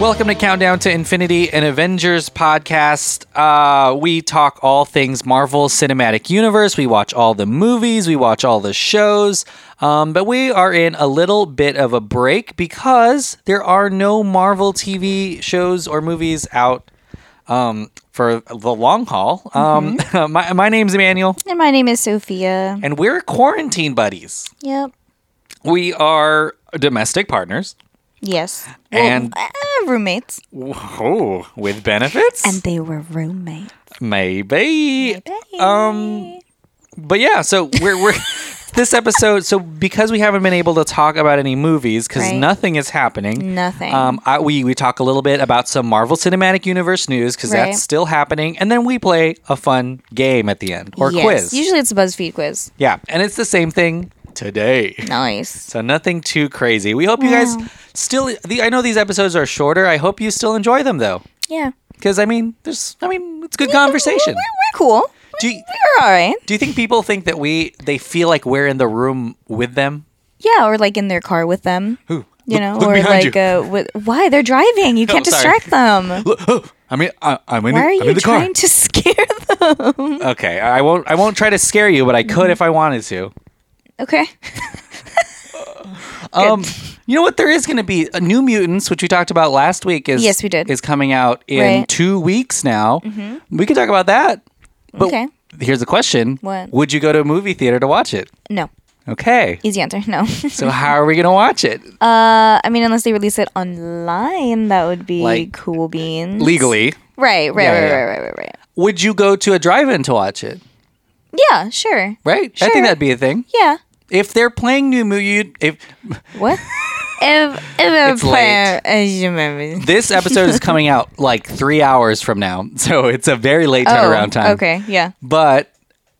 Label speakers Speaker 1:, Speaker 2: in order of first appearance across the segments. Speaker 1: Welcome to Countdown to Infinity, an Avengers podcast. Uh, we talk all things Marvel Cinematic Universe. We watch all the movies, we watch all the shows. Um, but we are in a little bit of a break because there are no Marvel TV shows or movies out um, for the long haul. Um, my, my name's Emmanuel,
Speaker 2: And my name is Sophia.
Speaker 1: and we're quarantine buddies.
Speaker 2: Yep.
Speaker 1: We are domestic partners.
Speaker 2: Yes.
Speaker 1: And-
Speaker 2: well, uh, roommates.
Speaker 1: Oh, with benefits?
Speaker 2: And they were roommates.
Speaker 1: Maybe. Um, but yeah, so we're we're this episode. So because we haven't been able to talk about any movies because
Speaker 2: Right.
Speaker 1: nothing is happening.
Speaker 2: Nothing.
Speaker 1: Um, I, we we talk a little bit about some Marvel Cinematic Universe news because
Speaker 2: Right.
Speaker 1: that's still happening, and then we play a fun game at the end or
Speaker 2: Yes.
Speaker 1: quiz.
Speaker 2: Usually it's a BuzzFeed quiz.
Speaker 1: yeah, and it's the same thing today.
Speaker 2: Nice.
Speaker 1: So nothing too crazy. We hope you guys still. The, I know these episodes are shorter. I hope you still enjoy them though,
Speaker 2: Yeah.
Speaker 1: because I mean, there's. I mean, it's good conversation.
Speaker 2: We're, we're cool.
Speaker 1: Do you,
Speaker 2: We're all right.
Speaker 1: Do you think people think that we they feel like we're in the room with them?
Speaker 2: Yeah, or like in their car with them.
Speaker 1: Who?
Speaker 2: You
Speaker 1: Look-
Speaker 2: know,
Speaker 1: look
Speaker 2: or
Speaker 1: behind
Speaker 2: like
Speaker 1: you.
Speaker 2: uh, with, why they're driving. You can't
Speaker 1: sorry.
Speaker 2: distract them.
Speaker 1: I mean, I, I'm in.
Speaker 2: Why are you trying to scare them?
Speaker 1: Okay, I won't. I won't try to scare you, but I could if I wanted to.
Speaker 2: okay.
Speaker 1: Um, you know what? There is going to be a New Mutants, which we talked about last week. Is
Speaker 2: Yes, we did.
Speaker 1: Is coming out in
Speaker 2: Right. Mm-hmm.
Speaker 1: two weeks now. We can talk about that. But
Speaker 2: Okay.
Speaker 1: Here's the question:
Speaker 2: What?
Speaker 1: Would you go to a movie theater to watch it?
Speaker 2: No.
Speaker 1: Okay.
Speaker 2: Easy answer. No.
Speaker 1: So how are we going to watch it
Speaker 2: Uh, I mean, unless they release it online, that would be
Speaker 1: Like,
Speaker 2: cool beans.
Speaker 1: legally?
Speaker 2: Right, right,
Speaker 1: Yeah,
Speaker 2: right,
Speaker 1: yeah.
Speaker 2: right, right, right, right.
Speaker 1: Would you go to a drive-in to watch it?
Speaker 2: Yeah, sure.
Speaker 1: Right. I
Speaker 2: Sure.
Speaker 1: think that'd be a thing.
Speaker 2: Yeah.
Speaker 1: If they're playing new movie, if
Speaker 2: What? if if it's
Speaker 1: late. this episode is coming out like three hours from now, so it's a very late turnaround time.
Speaker 2: Oh, Okay, yeah.
Speaker 1: but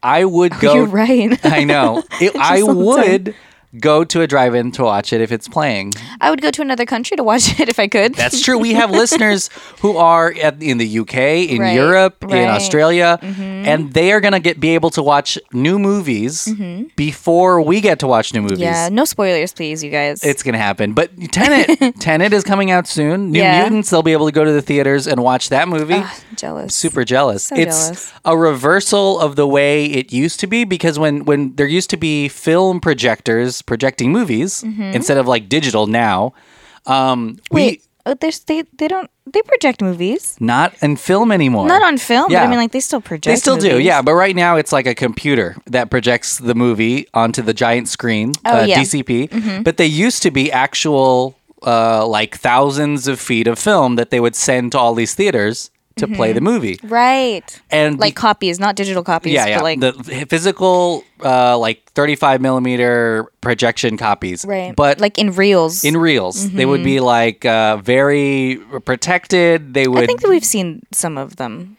Speaker 1: I would go.
Speaker 2: You're right.
Speaker 1: I know. It, I
Speaker 2: Just all the time.
Speaker 1: would go to a drive-in to watch it if it's playing.
Speaker 2: I would go to another country to watch it if I could.
Speaker 1: That's true. We have listeners who are at, in the UK, in
Speaker 2: Right,
Speaker 1: Europe, in
Speaker 2: right. Mm-hmm.
Speaker 1: Australia, and they are gonna get be able to watch new movies
Speaker 2: Mm-hmm.
Speaker 1: before we get to watch new movies.
Speaker 2: yeah, no spoilers, please, you guys.
Speaker 1: It's gonna happen. But Tenet, Tenet is coming out soon. New
Speaker 2: Yeah.
Speaker 1: Mutants, they'll be able to go to the theaters and watch that movie.
Speaker 2: Ah, jealous.
Speaker 1: Super jealous.
Speaker 2: So
Speaker 1: it's
Speaker 2: jealous.
Speaker 1: a reversal of the way it used to be because when when there used to be film projectors projecting movies
Speaker 2: Mm-hmm.
Speaker 1: instead of like digital now, um,
Speaker 2: Wait, oh, there's they they don't they project movies.
Speaker 1: we not in film anymore.
Speaker 2: Not on film, but
Speaker 1: Yeah.
Speaker 2: I mean like they still project.
Speaker 1: They still do,
Speaker 2: movies.
Speaker 1: yeah. But right now, it's like a computer that projects the movie onto the giant screen,
Speaker 2: Oh,
Speaker 1: uh,
Speaker 2: yeah.
Speaker 1: DCP. But they used to be actual, uh, like thousands of feet of film that they would send to all these theaters to play the movie.
Speaker 2: Right.
Speaker 1: And
Speaker 2: Mm-hmm. Like copies, not digital copies,
Speaker 1: yeah, yeah,
Speaker 2: but like
Speaker 1: the physical, uh, like thirty-five millimeter projection copies.
Speaker 2: right.
Speaker 1: But
Speaker 2: like in reels.
Speaker 1: in reels, they would be like uh, very protected. They would
Speaker 2: I think that we've seen some of them.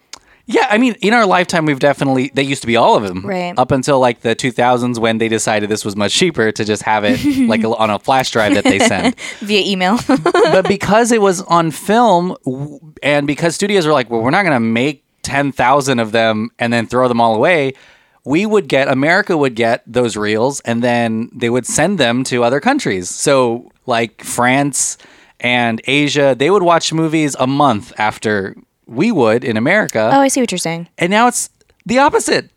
Speaker 1: Yeah, I mean, in our lifetime, we've definitely they used to be all of them,
Speaker 2: Right.
Speaker 1: Up until like the 2000s when they decided this was much cheaper to just have it like on a flash drive that they send.
Speaker 2: Via email.
Speaker 1: but because it was on film, w- and because studios were like, well, we're not going to make 10,000 of them and then throw them all away. We would get America would get those reels, and then they would send them to other countries. So like France and Asia, they would watch movies a month after we would in America
Speaker 2: oh, I see what you're saying.
Speaker 1: and now it's the opposite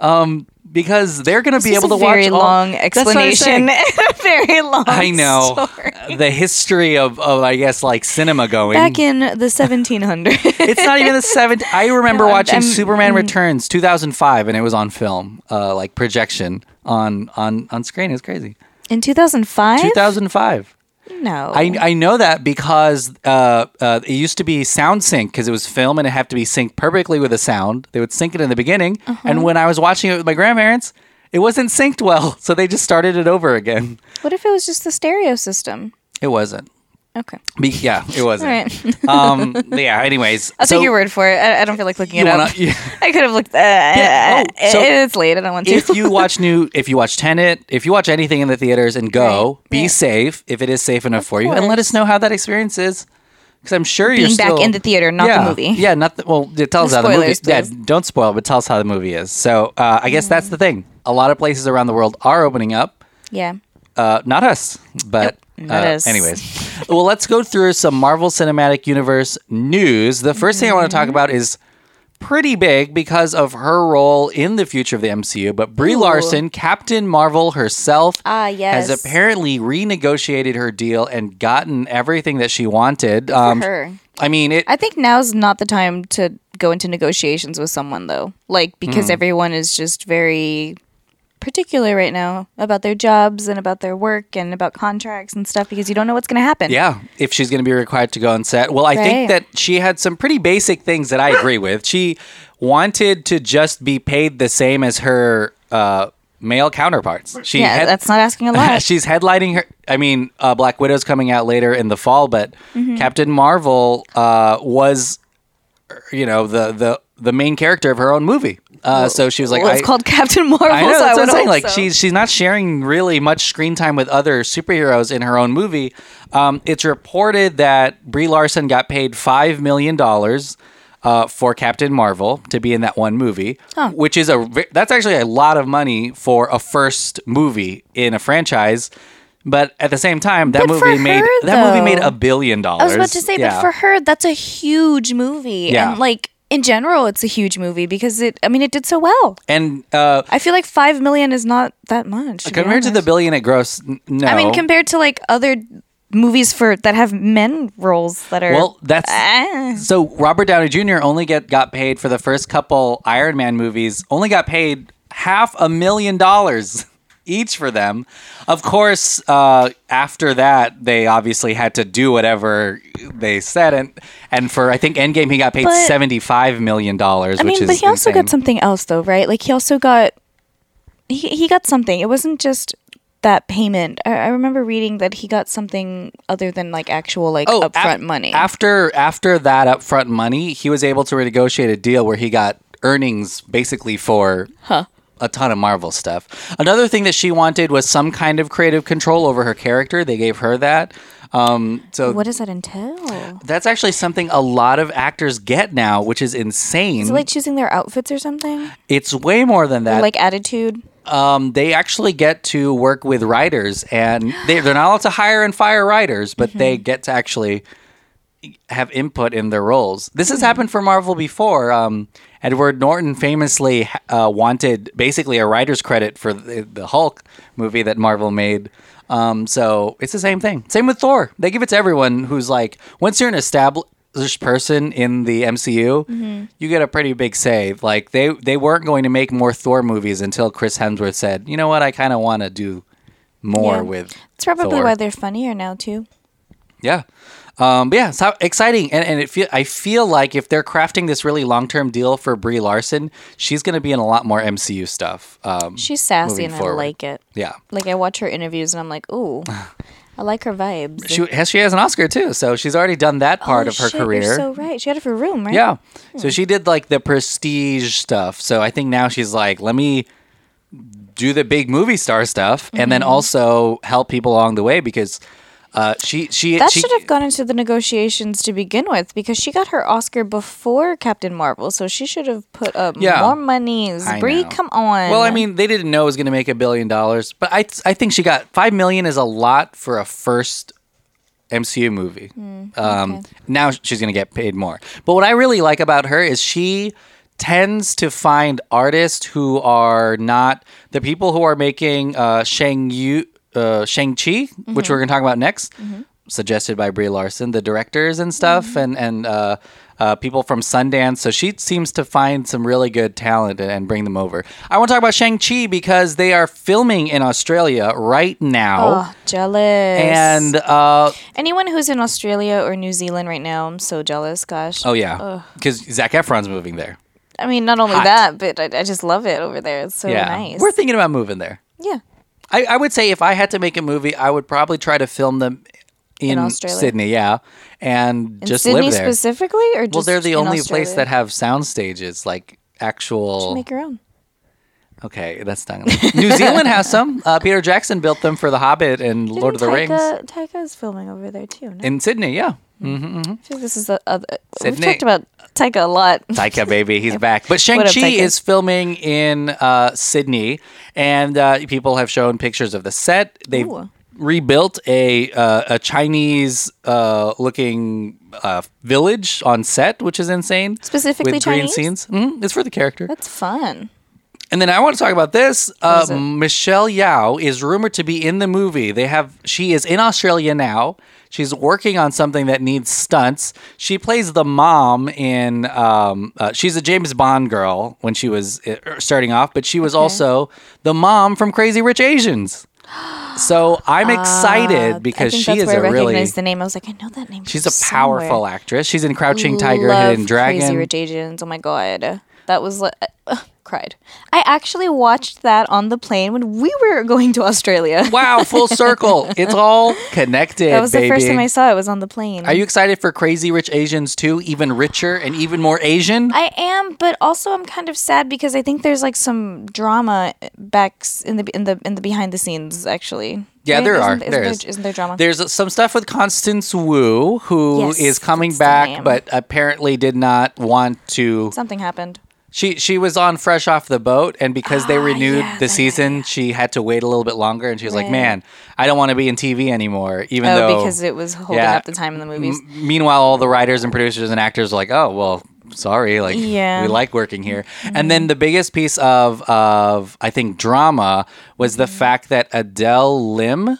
Speaker 1: um because they're going to be
Speaker 2: This
Speaker 1: able
Speaker 2: is
Speaker 1: to
Speaker 2: a
Speaker 1: watch
Speaker 2: very
Speaker 1: all-
Speaker 2: long
Speaker 1: That's what I'm saying.
Speaker 2: explanation. very long.
Speaker 1: I know
Speaker 2: story.
Speaker 1: the history of, of I guess like cinema going.
Speaker 2: Back in the 1700s.
Speaker 1: it's not even the seventh. I remember
Speaker 2: No, I'm-
Speaker 1: watching
Speaker 2: I'm- mm-hmm.
Speaker 1: Superman Returns 2005, and it was on film, uh, like projection on on on screen. It's crazy.
Speaker 2: in 2005?
Speaker 1: 2005.
Speaker 2: no.
Speaker 1: I, I know that because uh, uh, it used to be sound sync because it was film and it had to be synced perfectly with the sound. They would sync it in the beginning,
Speaker 2: Uh-huh.
Speaker 1: and when I was watching it with my grandparents, it wasn't synced well, so they just started it over again.
Speaker 2: what if it was just the stereo system?
Speaker 1: It wasn't.
Speaker 2: Okay.
Speaker 1: Be- yeah, it wasn't.
Speaker 2: All right.
Speaker 1: um, yeah. Anyways,
Speaker 2: I'll
Speaker 1: so
Speaker 2: take your word for it. I, I don't feel like looking
Speaker 1: you
Speaker 2: it
Speaker 1: wanna-
Speaker 2: up. I could have looked. Uh, yeah.
Speaker 1: oh, so-
Speaker 2: it's late. I don't want to.
Speaker 1: if you watch new, if you watch Tenet, if you watch anything in the theaters and go,
Speaker 2: Right,
Speaker 1: be
Speaker 2: right.
Speaker 1: safe if it is safe enough for you, and let
Speaker 2: course.
Speaker 1: us know how that experience is. Because I'm sure you're
Speaker 2: Being back
Speaker 1: still-
Speaker 2: in the theater, not the
Speaker 1: yeah.
Speaker 2: movie.
Speaker 1: Yeah, not the, well. yeah, Tell us how the movie.
Speaker 2: spoilers,
Speaker 1: Yeah,
Speaker 2: please.
Speaker 1: don't spoil, but tell us how the movie is. So uh, I guess that's the thing. A lot of places around the world are opening up.
Speaker 2: yeah.
Speaker 1: Uh, not us, but
Speaker 2: Nope, not
Speaker 1: uh,
Speaker 2: us.
Speaker 1: anyways. Well, let's go through some Marvel Cinematic Universe news. The 1st thing I want to
Speaker 2: Mm-hmm.
Speaker 1: talk about is pretty big because of her role in the future of the MCU. But Brie
Speaker 2: Ooh.
Speaker 1: Larson, Captain Marvel herself,
Speaker 2: Ah, yes.
Speaker 1: has apparently renegotiated her deal and gotten everything that she wanted. Um,
Speaker 2: her.
Speaker 1: I mean, it
Speaker 2: I think now's not the time to go into negotiations with someone though. Like because
Speaker 1: Hmm.
Speaker 2: everyone is just very particular right now about their jobs and about their work and about contracts and stuff because you don't know what's going to happen.
Speaker 1: Yeah, if she's going to be required to go on set. Well, I think
Speaker 2: Right.
Speaker 1: that she had some pretty basic things that I agree with. She wanted to just be paid the same as her uh, male counterparts. She
Speaker 2: Yeah,
Speaker 1: had-
Speaker 2: that's not asking a lot.
Speaker 1: she's headlining her. I mean, uh, Black Widow's coming out later in the fall, but
Speaker 2: Mm-hmm.
Speaker 1: Captain Marvel uh, was, you know, the the the main character of her own movie. Uh, so she was like,
Speaker 2: well, it's
Speaker 1: I-
Speaker 2: called Captain Marvel.
Speaker 1: I know
Speaker 2: so
Speaker 1: that's what
Speaker 2: would
Speaker 1: I'm saying.
Speaker 2: hope
Speaker 1: Like
Speaker 2: so.
Speaker 1: she's she's not sharing really much screen time with other superheroes in her own movie. Um, it's reported that Brie Larson got paid five million dollars uh, for Captain Marvel to be in that one movie, which is a ve- that's actually a lot of money for a first movie in a franchise. But at the same time, that
Speaker 2: But for
Speaker 1: movie made
Speaker 2: her,
Speaker 1: that movie made
Speaker 2: though.
Speaker 1: a billion dollars.
Speaker 2: I was about to say, but for her, that's a huge movie.
Speaker 1: Yeah.
Speaker 2: And like in general, it's a huge movie because it. I mean, it did so well.
Speaker 1: and uh,
Speaker 2: I feel like five million is not that much. to be
Speaker 1: compared to the
Speaker 2: honest.
Speaker 1: billion it grossed, n- no.
Speaker 2: I mean, compared to like other movies for that have men roles that are
Speaker 1: well, that's
Speaker 2: Ah.
Speaker 1: So Robert Downey Jr. only get got paid for the first couple Iron Man movies. Only got paid half a million dollars each for them. Of course, uh, after that, they obviously had to do whatever they said, and and for I think Endgame, he got paid
Speaker 2: But-
Speaker 1: seventy five million dollars.
Speaker 2: I mean,
Speaker 1: which
Speaker 2: but
Speaker 1: is
Speaker 2: he also
Speaker 1: insane.
Speaker 2: got something else though, right? Like he also got he he got something. It wasn't just that payment. I, I remember reading that he got something other than like actual like
Speaker 1: Oh,
Speaker 2: upfront
Speaker 1: af-
Speaker 2: money.
Speaker 1: After after that upfront money, he was able to renegotiate a deal where he got earnings basically for a ton of Marvel stuff. Another thing that she wanted was some kind of creative control over her character. They gave her that. Um, so
Speaker 2: what does that entail?
Speaker 1: that's actually something a lot of actors get now, which is insane.
Speaker 2: Is it like choosing their outfits or something?
Speaker 1: it's way more than Mm. that.
Speaker 2: like attitude?
Speaker 1: um, they actually get to work with writers, and they, they're not allowed to hire and fire writers, but
Speaker 2: Mm-hmm.
Speaker 1: they get to actually have input in their roles. This
Speaker 2: Hmm.
Speaker 1: has happened for Marvel before. Um, Edward Norton famously uh, wanted basically a writer's credit for the, the Hulk movie that Marvel made. Um, so it's the same thing. Same with Thor. They give it to everyone who's like, once you're an established person in the MCU,
Speaker 2: Mm-hmm.
Speaker 1: you get a pretty big say. Like they they weren't going to make more Thor movies until Chris Hemsworth said, you know what, I kind of want to do more
Speaker 2: Yeah.
Speaker 1: with.
Speaker 2: It's probably
Speaker 1: Thor.
Speaker 2: why they're funnier now too.
Speaker 1: Yeah. Um, but yeah, it's how- exciting, and and it feel, I feel like if they're crafting this really long term deal for Brie Larson, she's going to be in a lot more MCU stuff. Um,
Speaker 2: She's sassy
Speaker 1: Moving
Speaker 2: and
Speaker 1: forward.
Speaker 2: I like it.
Speaker 1: yeah,
Speaker 2: Like I watch her interviews and I'm like, ooh, I like her vibes.
Speaker 1: she has she has an Oscar too, so she's already done that part
Speaker 2: Oh,
Speaker 1: of her
Speaker 2: shit,
Speaker 1: career.
Speaker 2: You're so right. She had it for room, right?
Speaker 1: yeah, so she did like the prestige stuff. So I think now she's like, let me do the big movie star stuff, and
Speaker 2: Mm-hmm.
Speaker 1: then also help people along the way because uh, she she
Speaker 2: That
Speaker 1: she,
Speaker 2: should have gone into the negotiations to begin with because she got her Oscar before Captain Marvel, so she should have put up
Speaker 1: Yeah.
Speaker 2: more monies.
Speaker 1: I
Speaker 2: Brie,
Speaker 1: know.
Speaker 2: come on.
Speaker 1: Well, I mean, they didn't know it was going to make a billion dollars, but I I think she got five million is a lot for a first MCU movie. um, Now she's going to get paid more. But what I really like about her is she tends to find artists who are not the people who are making uh, Shang Yu, uh, Shang Chi, which we're going to talk about next. Suggested by Brie Larson, the directors and stuff, and and uh, uh, people from Sundance. So she seems to find some really good talent and, and bring them over. I want to talk about Shang Chi because they are filming in Australia right now,
Speaker 2: oh, jealous.
Speaker 1: and uh,
Speaker 2: anyone who's in Australia or New Zealand right now, I'm so jealous. Gosh.
Speaker 1: Oh yeah, because Zach Efron's moving there.
Speaker 2: I mean, not only
Speaker 1: Hot.
Speaker 2: that, but I, I just love it over there. It's so
Speaker 1: yeah,
Speaker 2: Oh, nice.
Speaker 1: we're thinking about moving there.
Speaker 2: yeah.
Speaker 1: I, I would say if I had to make a movie, I would probably try to film them in,
Speaker 2: Australia?
Speaker 1: Sydney. Yeah, and just
Speaker 2: Sydney
Speaker 1: live there.
Speaker 2: specifically, or just
Speaker 1: well, they're the
Speaker 2: in
Speaker 1: only place
Speaker 2: Australia?
Speaker 1: that have sound stages, like actual.
Speaker 2: make your own.
Speaker 1: okay, that's not. Gonna... New Zealand has some. Uh, Peter Jackson built them for The Hobbit and Lord of the Rings
Speaker 2: Taika, Taika is filming over there too. No?
Speaker 1: in Sydney. Yeah,
Speaker 2: I feel this is the other. We've
Speaker 1: Sydney.
Speaker 2: talked about Taika a lot.
Speaker 1: Taika, baby, he's back. But Shang
Speaker 2: What up,
Speaker 1: Chi
Speaker 2: Taika?
Speaker 1: is filming in uh, Sydney, and uh, people have shown pictures of the set. They've
Speaker 2: Ooh.
Speaker 1: rebuilt a uh, a Chinese uh, looking uh, village on set, which is insane.
Speaker 2: Specifically
Speaker 1: with green
Speaker 2: Chinese?
Speaker 1: scenes. Mhm, it's for the character.
Speaker 2: That's fun.
Speaker 1: And then I want to talk about this. Uh,
Speaker 2: is it?
Speaker 1: Michelle Yao is rumored to be in the movie. They have she is in Australia now. She's working on something that needs stunts. She plays the mom in. Um, uh, she's a James Bond girl when she was uh, starting off, but she was also the mom from Crazy Rich Asians. So I'm excited because
Speaker 2: Uh, I think
Speaker 1: she
Speaker 2: that's
Speaker 1: is
Speaker 2: where I
Speaker 1: a really
Speaker 2: recognized the name. I was like, I know that name.
Speaker 1: she's
Speaker 2: from
Speaker 1: a powerful
Speaker 2: somewhere.
Speaker 1: actress. She's in Crouching Tiger,
Speaker 2: Love
Speaker 1: Hidden Dragon.
Speaker 2: Crazy Rich Asians. Oh my god, that was like, uh, cried. I actually watched that on the plane when we were going to Australia.
Speaker 1: Wow, full circle. It's all connected.
Speaker 2: That was the first
Speaker 1: baby.
Speaker 2: time I saw it. Was on the plane.
Speaker 1: Are you excited for Crazy Rich Asians 2? Even richer and even more Asian?
Speaker 2: I am, but also I'm kind of sad because I think there's like some drama back s- in the in the in the behind the scenes actually.
Speaker 1: Yeah,
Speaker 2: Right?
Speaker 1: there are.
Speaker 2: Isn't,
Speaker 1: There
Speaker 2: isn't
Speaker 1: is.
Speaker 2: there, isn't there drama?
Speaker 1: There's some stuff with Constance Wu, who is
Speaker 2: Yes,
Speaker 1: coming
Speaker 2: that's the
Speaker 1: back,
Speaker 2: name.
Speaker 1: but apparently did not want to.
Speaker 2: Something happened.
Speaker 1: She she was on Fresh Off the Boat, and because they
Speaker 2: Ah,
Speaker 1: renewed
Speaker 2: yeah,
Speaker 1: the
Speaker 2: yeah,
Speaker 1: season, she had to wait a little bit longer, and she was like,
Speaker 2: Right.
Speaker 1: "Man, I don't want to be in TV anymore." Even
Speaker 2: Oh,
Speaker 1: though,
Speaker 2: because it was holding
Speaker 1: yeah.
Speaker 2: up the time in the movies.
Speaker 1: M- meanwhile, all the writers and producers and actors are like, "Oh, well, sorry, like
Speaker 2: Yeah. Mm-hmm.
Speaker 1: we like working here." And then the biggest piece of of I think drama was
Speaker 2: Mm-hmm.
Speaker 1: the fact that Adele Lim,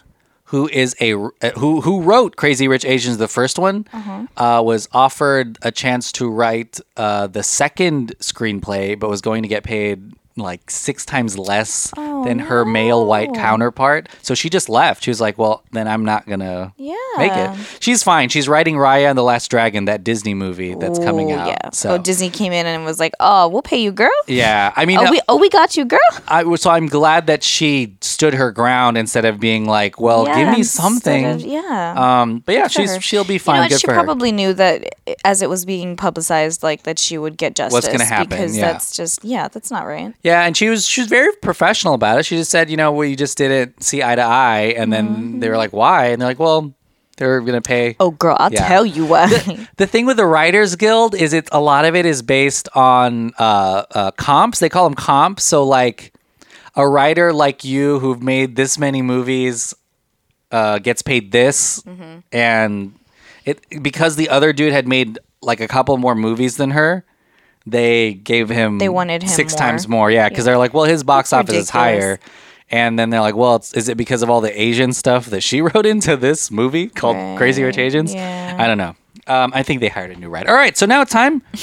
Speaker 1: who is a uh, who who wrote Crazy Rich Asians, the first one,
Speaker 2: Uh-huh.
Speaker 1: uh, was offered a chance to write uh, the second screenplay, but was going to get paid. Like six times less
Speaker 2: Oh,
Speaker 1: than her male white counterpart. So she just left. She was like, Well, then I'm not going to
Speaker 2: Yeah.
Speaker 1: make it. She's fine. She's writing Raya and the Last Dragon, that Disney movie that's coming
Speaker 2: Ooh,
Speaker 1: out.
Speaker 2: Yeah.
Speaker 1: So
Speaker 2: Oh, Disney came in and was like, "Oh, we'll pay you, girl."
Speaker 1: yeah, I mean,
Speaker 2: Oh, we oh we got you, girl.
Speaker 1: I was so I'm glad that she stood her ground instead of being like, well,
Speaker 2: Yeah,
Speaker 1: Oh, give me
Speaker 2: instead
Speaker 1: something.
Speaker 2: of- yeah.
Speaker 1: Um, but yeah,
Speaker 2: for
Speaker 1: she's
Speaker 2: her.
Speaker 1: she'll be
Speaker 2: You know
Speaker 1: fine.
Speaker 2: what,
Speaker 1: Good
Speaker 2: she
Speaker 1: for her.
Speaker 2: probably knew that i- as it was being publicized, like that she would get justice.
Speaker 1: gonna happen,
Speaker 2: Because
Speaker 1: yeah.
Speaker 2: that's just yeah, that's not right.
Speaker 1: Yeah, and she was she was very professional about it. She just said, you know, we just didn't see eye to eye, and then they were
Speaker 2: Mm-hmm.
Speaker 1: like, why? And they're like, well, they're gonna pay.
Speaker 2: Oh, girl, I'll
Speaker 1: Yeah.
Speaker 2: tell you what.
Speaker 1: The thing with the Writers Guild is it a lot of it is based on uh, uh, comps. They call them comps. So like a writer like you who've made this many movies uh, gets paid this,
Speaker 2: Mm-hmm.
Speaker 1: and it because the other dude had made like a couple more movies than her. They gave him
Speaker 2: They wanted him
Speaker 1: six
Speaker 2: more.
Speaker 1: times more, yeah, because they're like, well, his box
Speaker 2: That's
Speaker 1: office is
Speaker 2: ridiculous.
Speaker 1: higher, and then they're like, well, it's, is it because of all the Asian stuff that she wrote into this movie called Crazy Rich
Speaker 2: Right,
Speaker 1: Asians?
Speaker 2: yeah.
Speaker 1: I don't know. Um, I think they hired a new writer. All right, so now it's time
Speaker 2: we,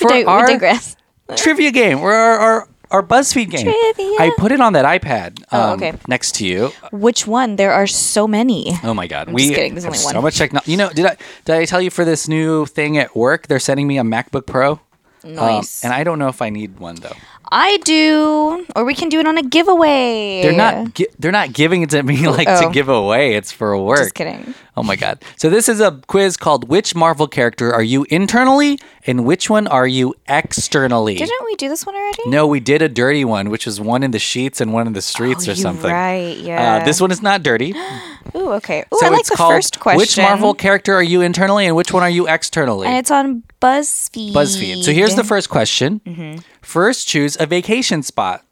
Speaker 1: for
Speaker 2: dig- we
Speaker 1: our
Speaker 2: digress.
Speaker 1: trivia game, or our, our our BuzzFeed game.
Speaker 2: Trivia.
Speaker 1: I put it on that iPad. Um,
Speaker 2: Oh, okay.
Speaker 1: Next to you.
Speaker 2: Which one? There are so many.
Speaker 1: Oh my God,
Speaker 2: just
Speaker 1: we
Speaker 2: kidding, there's
Speaker 1: have
Speaker 2: only
Speaker 1: so
Speaker 2: one.
Speaker 1: much technology. You know, did I did I tell you for this new thing at work? They're sending me a MacBook Pro. Um,
Speaker 2: Nice.
Speaker 1: and I don't know if I need one though.
Speaker 2: I do, or we can do it on a giveaway.
Speaker 1: They're not. Gi- they're not giving it to me like to
Speaker 2: Oh.
Speaker 1: give away. It's for work.
Speaker 2: Just kidding.
Speaker 1: Oh my god. So this is a quiz called which Marvel character are you internally and which one are you externally?
Speaker 2: Didn't we do this one already?
Speaker 1: no, we did a dirty one, which is one in the sheets and one in the streets
Speaker 2: Oh,
Speaker 1: or
Speaker 2: you're
Speaker 1: something.
Speaker 2: Right.
Speaker 1: Uh,
Speaker 2: Yeah.
Speaker 1: this one is not dirty. So
Speaker 2: Ooh. Okay. Ooh, I like
Speaker 1: it's
Speaker 2: the
Speaker 1: called
Speaker 2: first question.
Speaker 1: which Marvel character are you internally and which one are you externally?
Speaker 2: And it's on BuzzFeed.
Speaker 1: BuzzFeed. So here's the first question.
Speaker 2: Mm-hmm.
Speaker 1: First, choose a vacation spot.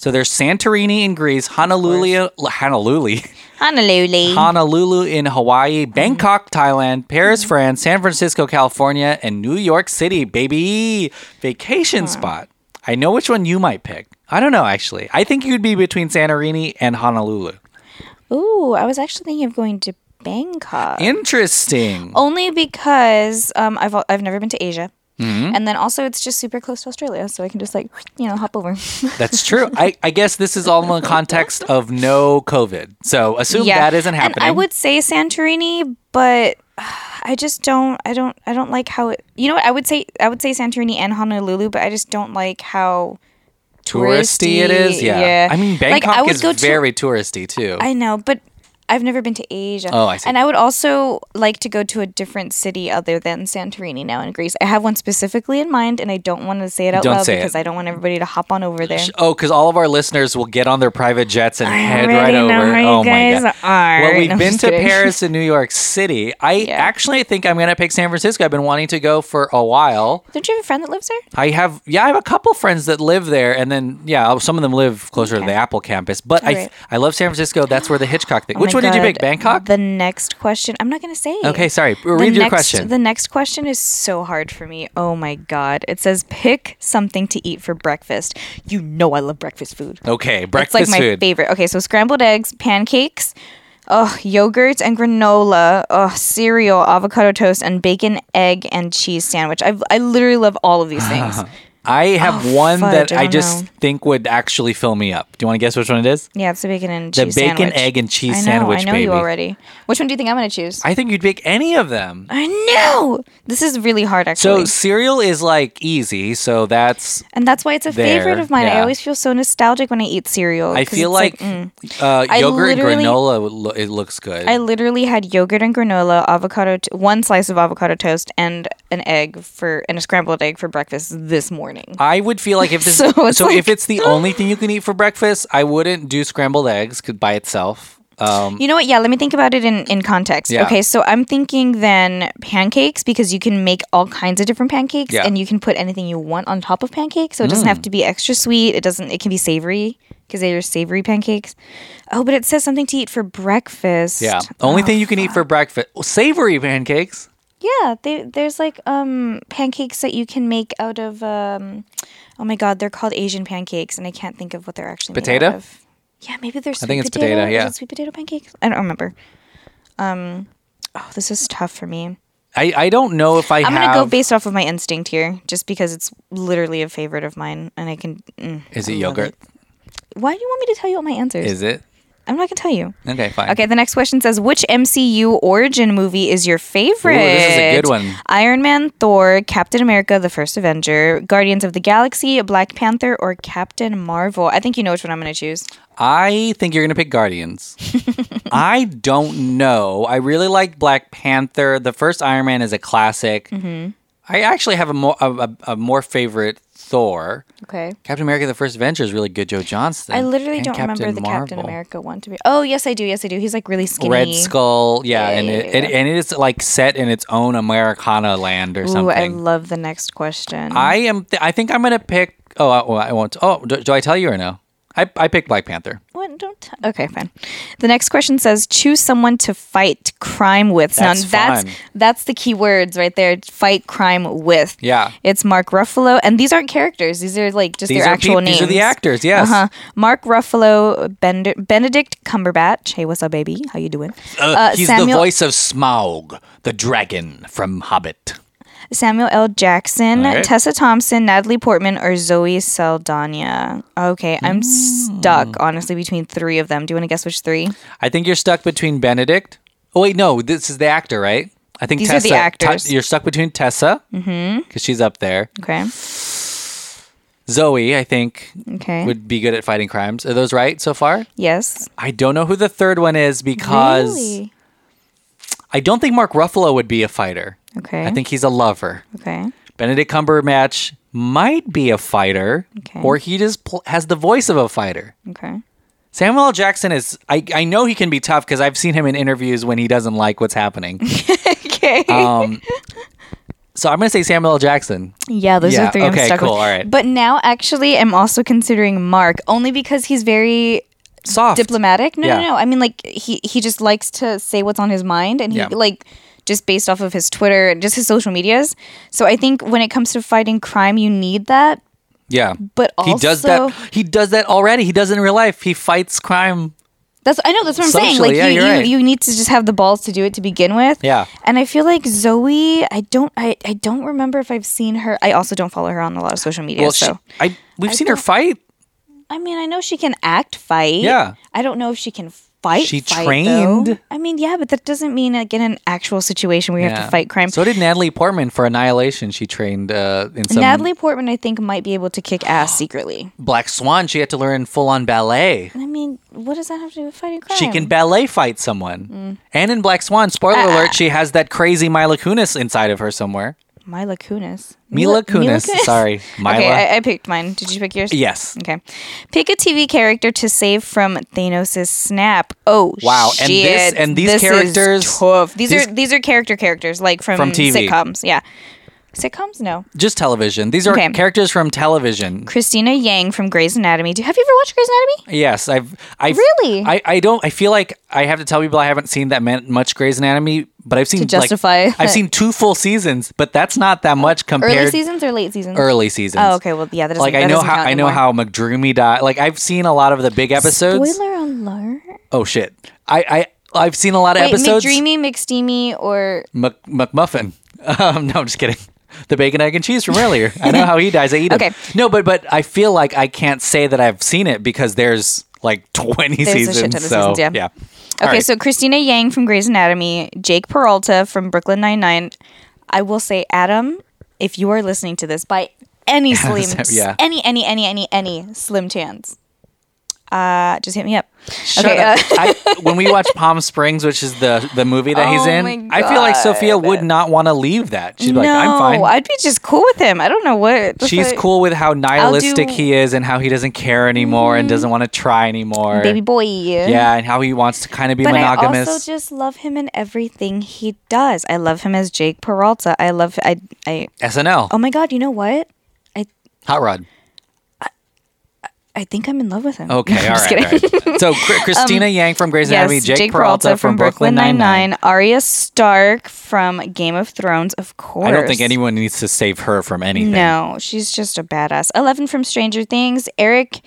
Speaker 1: So there's Santorini in Greece, Honolulu, Honolulu,
Speaker 2: Honolulu.
Speaker 1: Honolulu in Hawaii, Bangkok, Thailand, Paris, France, San Francisco, California, and New York City, baby. Vacation spot. I know which one you might pick. I don't know, actually. I think you'd be between Santorini and Honolulu.
Speaker 2: Ooh, I was actually thinking of going to Bangkok.
Speaker 1: Interesting.
Speaker 2: Only because um, I've al- I've never been to Asia,
Speaker 1: Mm-hmm.
Speaker 2: and then also it's just super close to Australia, so I can just like you know hop over.
Speaker 1: That's true. I, I guess this is all in the context of no COVID. So assume that isn't happening.
Speaker 2: And I would say Santorini, but I just don't. I don't. I don't like how it. You know what? I would say I would say Santorini and Honolulu, but I just don't like how
Speaker 1: touristy it is.
Speaker 2: touristy,
Speaker 1: Yeah.
Speaker 2: yeah.
Speaker 1: I mean,
Speaker 2: Like, I
Speaker 1: Bangkok
Speaker 2: would
Speaker 1: is
Speaker 2: go to-
Speaker 1: very touristy too.
Speaker 2: I know, but. I've never been to Asia.
Speaker 1: Oh, I see.
Speaker 2: And I would also like to go to a different city other than Santorini now in Greece. I have one specifically in mind, and I don't want to say it out
Speaker 1: Don't
Speaker 2: loud
Speaker 1: say it.
Speaker 2: because I don't want everybody to hop on over there.
Speaker 1: oh, because all of our listeners will get on their private jets and head right
Speaker 2: already
Speaker 1: over.
Speaker 2: know how you
Speaker 1: oh my
Speaker 2: guys
Speaker 1: god!
Speaker 2: are.
Speaker 1: Well,
Speaker 2: No,
Speaker 1: we've
Speaker 2: I'm
Speaker 1: been
Speaker 2: just
Speaker 1: to
Speaker 2: kidding.
Speaker 1: Paris and New York City. I actually think I'm gonna pick San Francisco. I've been wanting to go for a while.
Speaker 2: Don't you have a friend that lives there?
Speaker 1: I have, yeah, I have a couple friends that live there, oh, and then yeah, some of them live closer to the Apple campus. But I,
Speaker 2: Alright.
Speaker 1: I love San Francisco. That's where the Hitchcock thing.
Speaker 2: Oh my
Speaker 1: which one did you pick? Bangkok?
Speaker 2: The next question. I'm not going to say. it.
Speaker 1: Okay, sorry.
Speaker 2: The
Speaker 1: Read your
Speaker 2: next-
Speaker 1: question.
Speaker 2: The next question is so hard for me. Oh my god. It says pick something to eat for breakfast. You know I love breakfast food.
Speaker 1: okay,
Speaker 2: It's
Speaker 1: breakfast
Speaker 2: like my
Speaker 1: food.
Speaker 2: favorite. Okay, so scrambled eggs, pancakes, oh, yogurt and granola, oh, cereal, avocado toast and bacon, egg and cheese sandwich. I I literally love all of these things.
Speaker 1: I have one
Speaker 2: Oh, fudge,
Speaker 1: that
Speaker 2: I
Speaker 1: I
Speaker 2: don't
Speaker 1: just
Speaker 2: know.
Speaker 1: think would actually fill me up. Do you want to guess which one it is?
Speaker 2: yeah, it's a bacon and
Speaker 1: The
Speaker 2: cheese
Speaker 1: bacon,
Speaker 2: sandwich.
Speaker 1: egg, and cheese
Speaker 2: I know,
Speaker 1: sandwich,
Speaker 2: I know
Speaker 1: baby.
Speaker 2: you already. Which one do you think I'm going to choose?
Speaker 1: I think you'd pick any of them.
Speaker 2: I know. This is really hard
Speaker 1: So
Speaker 2: actually.
Speaker 1: cereal is like easy, so that's
Speaker 2: And that's why it's a favorite
Speaker 1: There,
Speaker 2: of mine. I
Speaker 1: yeah.
Speaker 2: always feel so nostalgic when I eat cereal.
Speaker 1: I
Speaker 2: 'cause
Speaker 1: feel like,
Speaker 2: it's mm.
Speaker 1: uh,
Speaker 2: I
Speaker 1: yogurt and
Speaker 2: literally-
Speaker 1: granola would lo- it looks good.
Speaker 2: I literally had yogurt and granola, avocado, t- one slice of avocado toast, and an egg for and a scrambled egg for breakfast this morning.
Speaker 1: I would feel like if this, so,
Speaker 2: So it's
Speaker 1: if
Speaker 2: like-
Speaker 1: it's the only thing you can eat for breakfast, I wouldn't do scrambled eggs could by itself. Um,
Speaker 2: You know what? Yeah, let me think about it in, in context.
Speaker 1: Yeah.
Speaker 2: Okay, so I'm thinking then pancakes because you can make all kinds of different pancakes
Speaker 1: Yeah. Mm.
Speaker 2: and you can put anything you want on top of pancakes. So it doesn't have to be extra sweet. It doesn't it can be savory because they are savory pancakes. Oh, but it says something to eat for breakfast.
Speaker 1: yeah,
Speaker 2: Oh,
Speaker 1: only thing you can eat for breakfast savory pancakes.
Speaker 2: Yeah, they, there's like um pancakes that you can make out of um oh my god, they're called Asian pancakes and I can't think of what they're actually
Speaker 1: Potato?
Speaker 2: made out of. Yeah, maybe they're sweet
Speaker 1: think it's
Speaker 2: potato.
Speaker 1: potato,
Speaker 2: Is
Speaker 1: yeah.
Speaker 2: it sweet potato pancakes? I don't remember. Um oh, this is tough for me.
Speaker 1: I, I don't know if I
Speaker 2: I'm
Speaker 1: have.
Speaker 2: going to go based off of my instinct here just because it's literally a favorite of mine and I can mm,
Speaker 1: is it
Speaker 2: I love
Speaker 1: yogurt?
Speaker 2: Why do you want me to tell you all my answers?
Speaker 1: Is it
Speaker 2: I'm not going to tell you.
Speaker 1: okay? Fine.
Speaker 2: Okay, the next question says which MCU origin movie is your favorite?
Speaker 1: this is a good one.
Speaker 2: Iron Man, Thor, Captain America, The First Avenger, Guardians of the Galaxy, Black Panther, or Captain Marvel? I think you know which one I'm going to choose.
Speaker 1: I think you're gonna pick Guardians. I don't know. I really like Black Panther. The first Iron Man is a classic.
Speaker 2: Mm-hmm.
Speaker 1: I actually have a more a, a, a more favorite Thor.
Speaker 2: Okay.
Speaker 1: Captain America: The First Avenger is really good. Joe Johnston.
Speaker 2: I literally
Speaker 1: and
Speaker 2: don't remember the Captain
Speaker 1: Marvel.
Speaker 2: America one to be. Oh, yes, I do. Yes, I do. He's like really skinny.
Speaker 1: Red Skull, yeah,
Speaker 2: Yeah,
Speaker 1: and
Speaker 2: yeah,
Speaker 1: it,
Speaker 2: yeah,
Speaker 1: and-
Speaker 2: yeah.
Speaker 1: and it is like set in its own Americana land or
Speaker 2: Ooh, I
Speaker 1: something.
Speaker 2: love the next question.
Speaker 1: I am. Th- I think I'm gonna pick. Oh, I, oh, I won't. Oh, do, do I tell you or no? I I picked Black Panther.
Speaker 2: What? Don't. T- okay, fine. The next question says, choose someone to fight crime with.
Speaker 1: That's
Speaker 2: now, that's
Speaker 1: fun.
Speaker 2: that's the key words right there. Fight crime with.
Speaker 1: Yeah.
Speaker 2: It's Mark Ruffalo, and these aren't characters. These are like just
Speaker 1: These
Speaker 2: their
Speaker 1: are
Speaker 2: actual
Speaker 1: peop-
Speaker 2: names.
Speaker 1: these are the actors, yes.
Speaker 2: Uh-huh. Mark Ruffalo, Bend- Benedict Cumberbatch. Hey, what's up, baby? How you doing?
Speaker 1: Uh, he's the
Speaker 2: Samuel-
Speaker 1: voice of Smaug, the dragon from Hobbit.
Speaker 2: Samuel L. Jackson,
Speaker 1: All right.
Speaker 2: Tessa Thompson, Natalie Portman, or Zoe Saldana. Okay,
Speaker 1: Mm.
Speaker 2: I'm stuck honestly between three of them. Do you want to guess which three?
Speaker 1: I think you're stuck between Benedict. Oh wait, no, this is the actor, right? I think
Speaker 2: These are
Speaker 1: Tessa.
Speaker 2: the
Speaker 1: Te-
Speaker 2: actors. Mm-hmm.
Speaker 1: you're stuck between Tessa because she's up there.
Speaker 2: Okay.
Speaker 1: Zoe, I think,
Speaker 2: Okay.
Speaker 1: would be good at fighting crimes. Are those right so far?
Speaker 2: yes.
Speaker 1: I don't know who the third one is because
Speaker 2: Really?
Speaker 1: I don't think Mark Ruffalo would be a fighter.
Speaker 2: Okay.
Speaker 1: I think he's a lover.
Speaker 2: Okay.
Speaker 1: Benedict Cumberbatch might be a fighter,
Speaker 2: Okay.
Speaker 1: or he just pl- has the voice of a fighter.
Speaker 2: Okay.
Speaker 1: Samuel L. Jackson is, I, I know he can be tough because I've seen him in interviews when he doesn't like what's happening.
Speaker 2: Okay.
Speaker 1: Um, so I'm going to say Samuel L. Jackson.
Speaker 2: yeah, those
Speaker 1: yeah,
Speaker 2: are three. I'm
Speaker 1: okay,
Speaker 2: stuck
Speaker 1: cool,
Speaker 2: with.
Speaker 1: all right.
Speaker 2: But now, actually, I'm also considering Mark only because he's very
Speaker 1: Soft.
Speaker 2: diplomatic. No,
Speaker 1: Yeah.
Speaker 2: no, no. I mean, like he he just likes to say what's on his mind, and he
Speaker 1: Yeah.
Speaker 2: like just based off of his Twitter and just his social medias. So I think when it comes to fighting crime, you need that.
Speaker 1: yeah.
Speaker 2: But
Speaker 1: he does that.
Speaker 2: also-
Speaker 1: He does that already. He does it in real life. He fights crime.
Speaker 2: That's I know that's what I'm saying.
Speaker 1: Socially,
Speaker 2: Like
Speaker 1: yeah,
Speaker 2: you,
Speaker 1: you're
Speaker 2: you,
Speaker 1: right.
Speaker 2: you need to just have the balls to do it to begin with.
Speaker 1: Yeah.
Speaker 2: And I feel like Zoe, I don't I, I don't remember if I've seen her. I also don't follow her on a lot of social media.
Speaker 1: Well,
Speaker 2: so
Speaker 1: she, I we've seen her fight.
Speaker 2: I mean, I know she can act fight.
Speaker 1: Yeah.
Speaker 2: I don't know if she can fight.
Speaker 1: She
Speaker 2: fight,
Speaker 1: trained.
Speaker 2: though. I mean, yeah, but that doesn't mean like in an actual situation where you have
Speaker 1: Yeah.
Speaker 2: to fight crime.
Speaker 1: So did Natalie Portman for Annihilation. She trained uh, in some
Speaker 2: Natalie Portman, I think, might be able to kick ass secretly.
Speaker 1: Black Swan. She had to learn full on ballet.
Speaker 2: I mean, what does that have to do with fighting crime?
Speaker 1: She can ballet fight someone.
Speaker 2: Hmm.
Speaker 1: And in Black Swan, spoiler
Speaker 2: Uh,
Speaker 1: alert, she has that crazy Mila Kunis inside of her somewhere.
Speaker 2: Mila Kunis.
Speaker 1: Mila Kunis, sorry, Mila.
Speaker 2: Okay, I, I picked mine. Did you pick yours?
Speaker 1: Yes.
Speaker 2: Okay. Pick a TV character to save from Thanos' snap. Oh,
Speaker 1: Wow, and
Speaker 2: shit.
Speaker 1: this- and these
Speaker 2: is
Speaker 1: characters-
Speaker 2: tough. These,
Speaker 1: these-
Speaker 2: are these are character characters like from,
Speaker 1: From TV.
Speaker 2: sitcoms. Yeah. Sitcoms? No.
Speaker 1: Just television. These are
Speaker 2: Okay.
Speaker 1: characters from television.
Speaker 2: Christina Yang from Grey's Anatomy. Do have you ever watched Grey's Anatomy?
Speaker 1: Yes, I've. I've
Speaker 2: Really?
Speaker 1: I, I don't. I feel like I have to tell people I haven't seen that man, much Grey's Anatomy, but I've seen like-
Speaker 2: justify
Speaker 1: I've
Speaker 2: it. Oh,
Speaker 1: seen two full seasons, but that's not that much
Speaker 2: Early
Speaker 1: compared
Speaker 2: seasons or late seasons?
Speaker 1: early seasons.
Speaker 2: Oh, okay. Well, yeah, that doesn't.
Speaker 1: Like
Speaker 2: that
Speaker 1: I know
Speaker 2: doesn't
Speaker 1: how
Speaker 2: count
Speaker 1: I know
Speaker 2: anymore.
Speaker 1: how McDreamy died. Like I've seen a lot of the big episodes.
Speaker 2: Spoiler alert.
Speaker 1: Oh shit! I I I've seen a lot of
Speaker 2: Wait,
Speaker 1: episodes.
Speaker 2: McDreamy, McSteamy, or
Speaker 1: Mc, McMuffin. Um, no, I'm just kidding. The bacon, egg, and cheese from earlier. I know how he dies. I eat
Speaker 2: Okay.
Speaker 1: him. No, but but I feel like I can't say that I've seen it because there's like 20
Speaker 2: There's a shit
Speaker 1: seasons.
Speaker 2: ton of
Speaker 1: so
Speaker 2: seasons, yeah.
Speaker 1: All
Speaker 2: Okay,
Speaker 1: right.
Speaker 2: so Christina Yang from Grey's Anatomy, Jake Peralta from Brooklyn Nine Nine. I will say, Adam, if you are listening to this by any slim,
Speaker 1: Yeah.
Speaker 2: any, any, any, any, any slim chance, uh, just hit me up.
Speaker 1: Shut
Speaker 2: okay,
Speaker 1: up.
Speaker 2: uh,
Speaker 1: I, when we watch Palm Springs, which is the the movie that he's
Speaker 2: Oh
Speaker 1: in,
Speaker 2: my
Speaker 1: I feel like
Speaker 2: God.
Speaker 1: Sophia would not want to leave that. She'd be like,
Speaker 2: no,
Speaker 1: I'm fine.
Speaker 2: would be just cool with him. I don't know what. that's
Speaker 1: She's
Speaker 2: what-
Speaker 1: cool with how nihilistic
Speaker 2: do- Mm-hmm.
Speaker 1: he is and how he doesn't care anymore and doesn't want to try anymore.
Speaker 2: baby boy.
Speaker 1: Yeah, and how he wants to kind of be
Speaker 2: But
Speaker 1: monogamous.
Speaker 2: I also just love him in everything he does. I love him as Jake Peralta. I love I I
Speaker 1: SNL,
Speaker 2: Oh my god, you know what? I
Speaker 1: Hot Rod.
Speaker 2: I think I'm in love with him.
Speaker 1: Okay,
Speaker 2: I'm
Speaker 1: all
Speaker 2: just
Speaker 1: right, all
Speaker 2: kidding. Um,
Speaker 1: right. So Cr- Christina Yang from Grey's Anatomy, Jake, Peralta, from Brooklyn Nine Nine.
Speaker 2: Arya Stark from Game of Thrones, of course.
Speaker 1: I don't think anyone needs to save her from anything.
Speaker 2: No, she's just a badass. Eleven from Stranger Things, Eric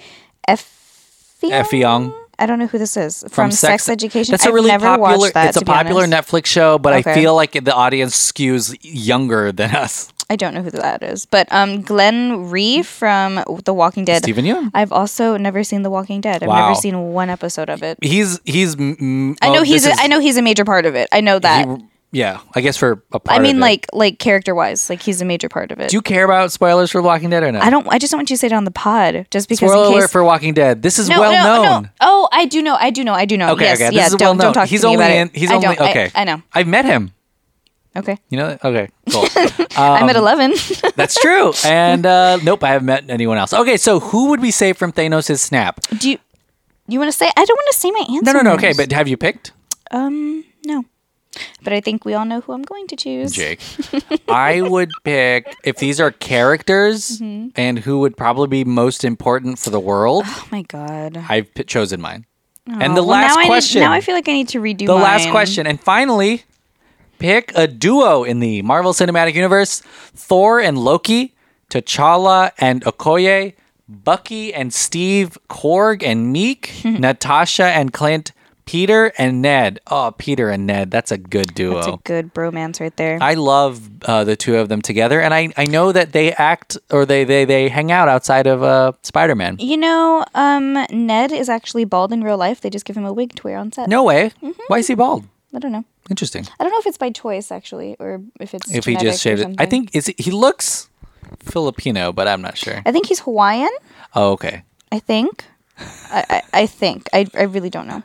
Speaker 2: F.
Speaker 1: Effie Young
Speaker 2: I don't know who this is from, Sex, Education.
Speaker 1: That's a
Speaker 2: I've
Speaker 1: really
Speaker 2: never
Speaker 1: popular.
Speaker 2: watched that,
Speaker 1: it's a
Speaker 2: to be honest.
Speaker 1: popular Netflix show, but I
Speaker 2: Okay.
Speaker 1: feel like the audience skews younger than us.
Speaker 2: I don't know who that is, but um, Glenn Ree from The Walking Dead.
Speaker 1: Stephen Yeun.
Speaker 2: I've also never seen The Walking Dead. I've
Speaker 1: Wow.
Speaker 2: never seen one episode of it.
Speaker 1: He's he's. Mm,
Speaker 2: I
Speaker 1: oh,
Speaker 2: know he's.
Speaker 1: this
Speaker 2: A,
Speaker 1: is-
Speaker 2: I know he's a major part of it. I know that.
Speaker 1: he- yeah, I guess for a part.
Speaker 2: I mean,
Speaker 1: of it.
Speaker 2: like, like character wise, like he's a major part of it.
Speaker 1: do you care about spoilers for Walking Dead or no?
Speaker 2: I don't. I just don't want you to say it on the pod, just because.
Speaker 1: Spoiler
Speaker 2: in
Speaker 1: alert
Speaker 2: case,
Speaker 1: for Walking Dead. This is
Speaker 2: no,
Speaker 1: well
Speaker 2: no,
Speaker 1: known.
Speaker 2: No. Oh, I do know. I do know. I do know.
Speaker 1: Okay,
Speaker 2: yes,
Speaker 1: okay,
Speaker 2: yeah,
Speaker 1: this is
Speaker 2: don't,
Speaker 1: well known.
Speaker 2: Don't talk
Speaker 1: he's
Speaker 2: to me
Speaker 1: only
Speaker 2: about
Speaker 1: in.
Speaker 2: it.
Speaker 1: He's
Speaker 2: I
Speaker 1: only
Speaker 2: don't, I-
Speaker 1: okay.
Speaker 2: I, know.
Speaker 1: I've met him.
Speaker 2: Okay.
Speaker 1: You know? that? Okay, cool. Um,
Speaker 2: I'm at eleven.
Speaker 1: That's true. And uh, nope, I haven't met anyone else. Okay, so who would we save from Thanos' snap?
Speaker 2: do you? You want to say? I don't want to say my answer.
Speaker 1: No, no, no. Okay,
Speaker 2: first.
Speaker 1: but have you picked
Speaker 2: um, no. But I think we all know who I'm going to choose.
Speaker 1: I would pick if these are characters and who would probably be most important for the world.
Speaker 2: Mm-hmm. Oh my god.
Speaker 1: I've p- chosen mine. and the
Speaker 2: Well,
Speaker 1: last
Speaker 2: now I need-
Speaker 1: question.
Speaker 2: now I feel like I need to redo
Speaker 1: the last
Speaker 2: mine.
Speaker 1: question, and finally, pick a duo in the Marvel Cinematic Universe: Thor and Loki, T'Challa and Okoye, Bucky and Steve, Korg and Meek, Natasha and Clint, Peter and Ned. Oh, Peter and Ned, that's a good duo.
Speaker 2: It's a good bromance right there.
Speaker 1: Oh. I love uh, the two of them together, and I, I know that they act or they they, they hang out outside of uh, Spider Man.
Speaker 2: you know, um, Ned is actually bald in real life. They just give him a wig to wear on set.
Speaker 1: No way. Why is he bald?
Speaker 2: I don't know.
Speaker 1: Interesting.
Speaker 2: I don't know if it's by choice actually, or if it's
Speaker 1: if he
Speaker 2: genetic
Speaker 1: just
Speaker 2: or
Speaker 1: shaved it, I
Speaker 2: something.
Speaker 1: think is he- he looks Filipino, but I'm not sure.
Speaker 2: I think he's Hawaiian.
Speaker 1: Oh, okay.
Speaker 2: I think. I, I, I think. I, I really don't know.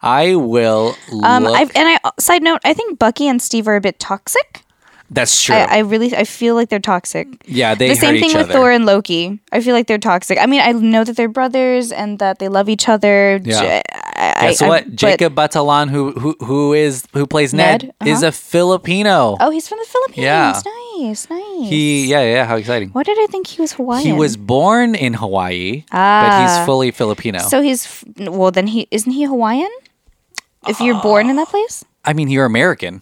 Speaker 1: I will
Speaker 2: Um,
Speaker 1: look.
Speaker 2: I've, and I side note, I think Bucky and Steve are a bit toxic.
Speaker 1: That's true.
Speaker 2: I, I really I feel like they're toxic.
Speaker 1: yeah, they
Speaker 2: the same
Speaker 1: hurt
Speaker 2: thing
Speaker 1: each
Speaker 2: with
Speaker 1: other.
Speaker 2: Thor and Loki. I feel like they're toxic. I mean, I know that they're brothers and that they love each other. J-
Speaker 1: Yeah.
Speaker 2: I-
Speaker 1: Guess
Speaker 2: I- I-
Speaker 1: what?
Speaker 2: but-
Speaker 1: Jacob Batalan, who who who is who plays Ned,
Speaker 2: Ned? Uh-huh.
Speaker 1: is a Filipino.
Speaker 2: Oh, he's from the Philippines.
Speaker 1: Yeah.
Speaker 2: Nice, nice.
Speaker 1: He yeah yeah how exciting.
Speaker 2: Why did I think he was Hawaiian?
Speaker 1: He was born in Hawaii, but he's
Speaker 2: Ah.
Speaker 1: fully Filipino.
Speaker 2: So he's f- well. Then he isn't he Hawaiian? If
Speaker 1: Uh,
Speaker 2: you're born in that place,
Speaker 1: I mean, you're American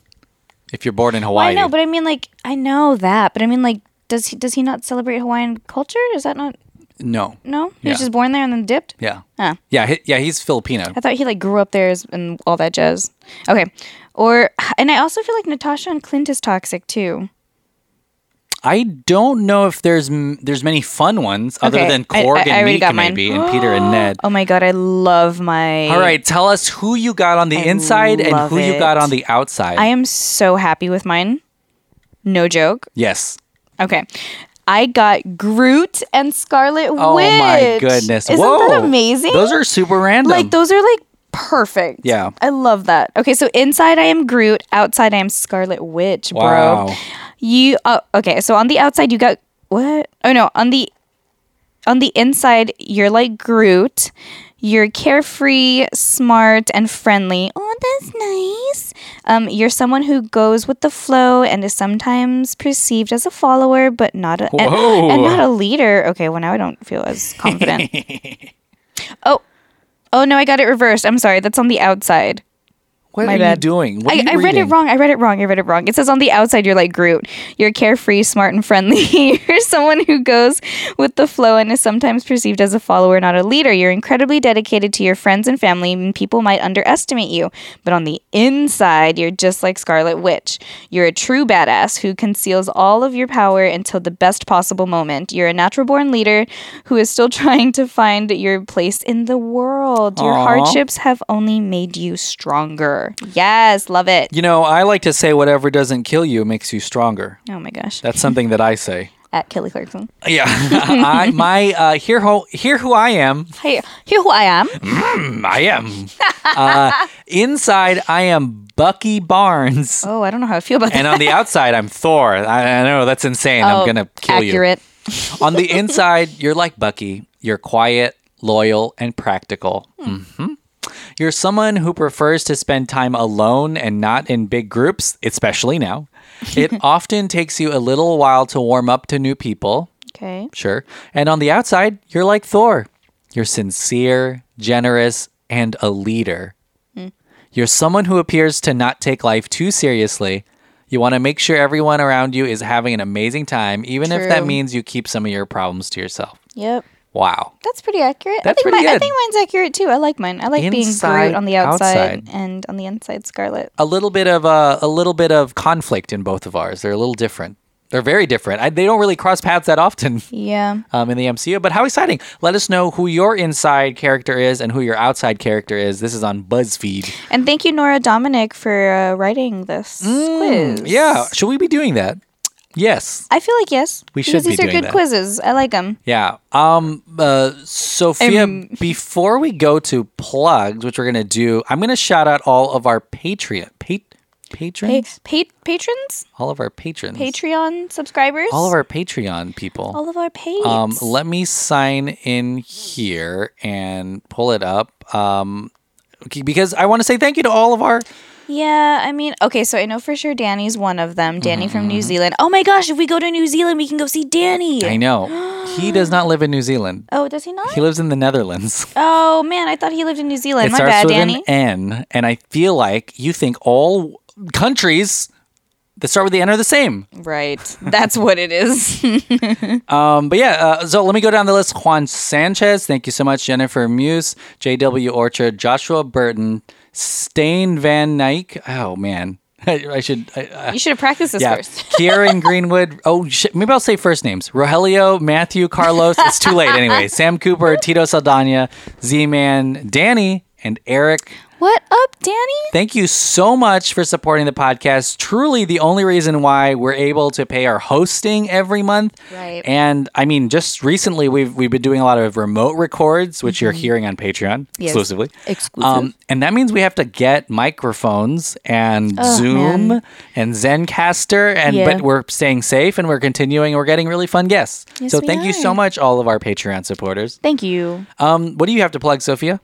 Speaker 1: if you're born in Hawaii.
Speaker 2: I know. But I mean, like, I know that. But I mean, like, does he does he not celebrate Hawaiian culture? Is that not
Speaker 1: no.
Speaker 2: no? He
Speaker 1: Yeah.
Speaker 2: was just born there and then dipped.
Speaker 1: Yeah.
Speaker 2: Huh.
Speaker 1: Yeah. He, yeah. He's Filipino.
Speaker 2: I thought he like grew up there as- and all that jazz. Okay. Or and I also feel like Natasha and Clint is toxic too.
Speaker 1: I don't know if there's m- there's many fun ones other
Speaker 2: Okay,
Speaker 1: than
Speaker 2: I-
Speaker 1: Korg
Speaker 2: I- I
Speaker 1: and
Speaker 2: already
Speaker 1: Meek
Speaker 2: got mine.
Speaker 1: maybe and Peter and Ned.
Speaker 2: Oh my god, I love my
Speaker 1: All right, tell us who you got on the inside and
Speaker 2: love
Speaker 1: who you got
Speaker 2: it.
Speaker 1: on the outside.
Speaker 2: I am so happy with mine. No joke.
Speaker 1: yes.
Speaker 2: Okay. I got Groot and Scarlet Witch.
Speaker 1: Oh my goodness!
Speaker 2: Isn't
Speaker 1: Whoa,
Speaker 2: that amazing?
Speaker 1: Those are super random.
Speaker 2: like those are like perfect.
Speaker 1: Yeah.
Speaker 2: I love that. Okay, so inside I am Groot, outside I am Scarlet Witch,
Speaker 1: wow.
Speaker 2: bro. You uh, okay? So on the outside, you got what? Oh no, on the on the inside, you're like Groot. You're carefree, smart, and friendly. Oh, that's nice. Um, you're someone who goes with the flow and is sometimes perceived as a follower, but not a and,
Speaker 1: Whoa.
Speaker 2: and not a leader. Okay, well now I don't feel as confident. oh, oh no, I got it reversed. I'm sorry. That's on the outside.
Speaker 1: What
Speaker 2: My
Speaker 1: are
Speaker 2: bad.
Speaker 1: you doing? What are
Speaker 2: I,
Speaker 1: you
Speaker 2: I read it
Speaker 1: reading?
Speaker 2: wrong. I read it wrong. I read it wrong. It says on the outside, you're like Groot. You're carefree, smart, and friendly. you're someone who goes with the flow and is sometimes perceived as a follower, not a leader. You're incredibly dedicated to your friends and family, and people might underestimate you. But on the inside, you're just like Scarlet Witch. You're a true badass who conceals all of your power until the best possible moment. You're a natural born leader who is still trying to find your place in the world. Your
Speaker 1: Aw.
Speaker 2: hardships have only made you stronger. Yes, love it.
Speaker 1: You know, I like to say whatever doesn't kill you makes you stronger.
Speaker 2: Oh my gosh.
Speaker 1: That's something that I say.
Speaker 2: At Kelly Clarkson.
Speaker 1: Yeah, I, my uh, here who here who I am.
Speaker 2: Hey, here who I am.
Speaker 1: Mm. I am uh, inside. I am Bucky Barnes,
Speaker 2: Oh, I don't know how I feel about
Speaker 1: and
Speaker 2: that.
Speaker 1: on the outside, I'm Thor. I, I know that's insane.
Speaker 2: Oh,
Speaker 1: I'm gonna kill you.
Speaker 2: accurate.
Speaker 1: On the inside, you're like Bucky. You're quiet, loyal, and practical. hmm You're someone who prefers to spend time alone and not in big groups, especially now. It often takes you a little while to warm up to new people,
Speaker 2: Okay.
Speaker 1: sure. And on the outside, you're like Thor. You're sincere, generous, and a leader. You're someone who appears to not take life too seriously. You want to make sure everyone around you is having an amazing time, even if that
Speaker 2: True.
Speaker 1: means you keep some of your problems to yourself.
Speaker 2: Yep.
Speaker 1: Wow.
Speaker 2: That's pretty accurate.
Speaker 1: That's
Speaker 2: I think
Speaker 1: pretty
Speaker 2: mi- I
Speaker 1: good.
Speaker 2: think mine's accurate too. I like mine. I like being
Speaker 1: Inside,
Speaker 2: Groot on the outside,
Speaker 1: outside.
Speaker 2: and on the inside Scarlet.
Speaker 1: A little bit of uh, a little bit of conflict in both of ours. They're a little different. They're very different. I, they don't really cross paths that often
Speaker 2: Yeah.
Speaker 1: um, in the MCU. But how exciting! Let us know who your inside character is and who your outside character is. This is on BuzzFeed.
Speaker 2: And thank you, Nora Dominic, for uh, writing this quiz.
Speaker 1: Mm, Yeah, should we be doing that? Yes.
Speaker 2: I feel like yes.
Speaker 1: We
Speaker 2: because
Speaker 1: should be
Speaker 2: these are
Speaker 1: doing
Speaker 2: good
Speaker 1: that.
Speaker 2: quizzes. I like them.
Speaker 1: Yeah. Um. Uh, Sophia, before we go to plugs, which we're gonna do, I'm gonna shout out all of our Patreon, pat,
Speaker 2: Pa-
Speaker 1: patrons,
Speaker 2: pa- patrons,
Speaker 1: all of our patrons,
Speaker 2: Patreon subscribers,
Speaker 1: all of our Patreon people.
Speaker 2: all of our pates.
Speaker 1: Um, let me sign in here and pull it up. Um, okay, because I want to say thank you to all of our.
Speaker 2: yeah, I mean, okay, so I know for sure Danny's one of them.
Speaker 1: Mm-hmm,
Speaker 2: Danny from New Zealand. Oh my gosh, if we go to New Zealand, we can go see Danny.
Speaker 1: I know he does not live in New Zealand.
Speaker 2: oh, does he not?
Speaker 1: He lives in the Netherlands.
Speaker 2: oh man, I thought he lived in New Zealand.
Speaker 1: it
Speaker 2: my
Speaker 1: starts
Speaker 2: bad,
Speaker 1: with
Speaker 2: Danny.
Speaker 1: an N, and I feel like you think all countries that start with the N are the same.
Speaker 2: Right. That's what it is.
Speaker 1: Um, but yeah, uh, so let me go down the list. Juan Sanchez, thank you so much. Jennifer Muse, J.W. Orchard, Joshua Burton, Stain Van Dyke. Oh man, I, I should. I, I,
Speaker 2: you should have practiced this
Speaker 1: yeah,
Speaker 2: first.
Speaker 1: Kieran Greenwood. Oh shit, maybe I'll say first names. Rogelio, Matthew, Carlos. It's too late anyway. Sam Cooper, Tito Saldana, Z-Man, Danny, and Eric.
Speaker 2: What up, Danny?
Speaker 1: Thank you so much for supporting the podcast. Truly the only reason why we're able to pay our hosting every month.
Speaker 2: Right.
Speaker 1: And I mean, just recently we've we've been doing a lot of remote records, which you're hearing on Patreon
Speaker 2: Mm-hmm. Yes.
Speaker 1: exclusively.
Speaker 2: Exclusive.
Speaker 1: Um, and that means we have to get microphones and Zoom
Speaker 2: Oh, man.
Speaker 1: and Zencaster and
Speaker 2: Yeah.
Speaker 1: but we're staying safe and we're continuing. We're getting really fun guests.
Speaker 2: Yes,
Speaker 1: so
Speaker 2: we
Speaker 1: thank you so
Speaker 2: are.
Speaker 1: much, all of our Patreon supporters.
Speaker 2: Thank you.
Speaker 1: Um, what do you have to plug, Sophia?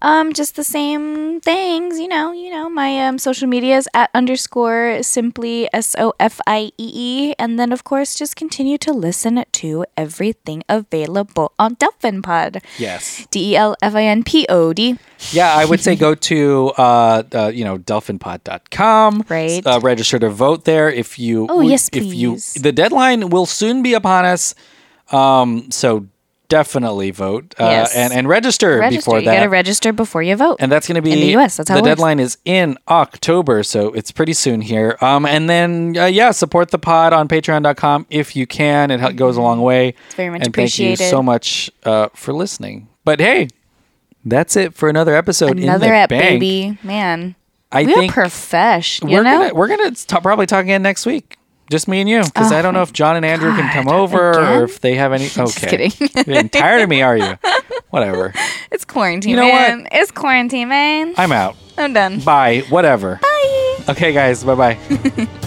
Speaker 2: Um, just the same things, you know, you know, my um, social media is at underscore simply S O F I E E. And then, of course, just continue to listen to everything available on Delphin Pod.
Speaker 1: Yes.
Speaker 2: D E L F I N P O D.
Speaker 1: Yeah, I would say go to uh, uh you know dolphinpod.com.
Speaker 2: Right.
Speaker 1: Uh, register to vote there if you
Speaker 2: Oh, yes,
Speaker 1: if you
Speaker 2: please.
Speaker 1: the deadline will soon be upon us. Um so definitely vote uh,
Speaker 2: Yes.
Speaker 1: and and register,
Speaker 2: Register.
Speaker 1: before
Speaker 2: You got to
Speaker 1: that.
Speaker 2: register before you vote.
Speaker 1: and that's going to be
Speaker 2: in the US, that's how it works.
Speaker 1: deadline is in October, so it's pretty soon here. Um, and then uh, yeah, support the pod on Patreon.com if you can. It hel- goes a long way. It's
Speaker 2: Mm-hmm. very much
Speaker 1: and Thank you
Speaker 2: appreciated.
Speaker 1: so much uh, for listening. But hey, that's it for another episode. in
Speaker 2: Another
Speaker 1: the
Speaker 2: at
Speaker 1: bank.
Speaker 2: baby. Man,
Speaker 1: I
Speaker 2: we
Speaker 1: think
Speaker 2: are profesh, you
Speaker 1: we're
Speaker 2: know?
Speaker 1: gonna we're gonna t- probably talk again next week. Just me and you, because I don't know if John and Andrew can come over
Speaker 2: Oh again?
Speaker 1: or if they have any. Okay,
Speaker 2: kidding.
Speaker 1: You're getting tired of me, are you? Whatever.
Speaker 2: it's quarantine,
Speaker 1: You know
Speaker 2: man.
Speaker 1: what?
Speaker 2: It's quarantine, man.
Speaker 1: I'm out.
Speaker 2: I'm done.
Speaker 1: Bye. Whatever.
Speaker 2: Bye.
Speaker 1: Okay, guys. Bye bye.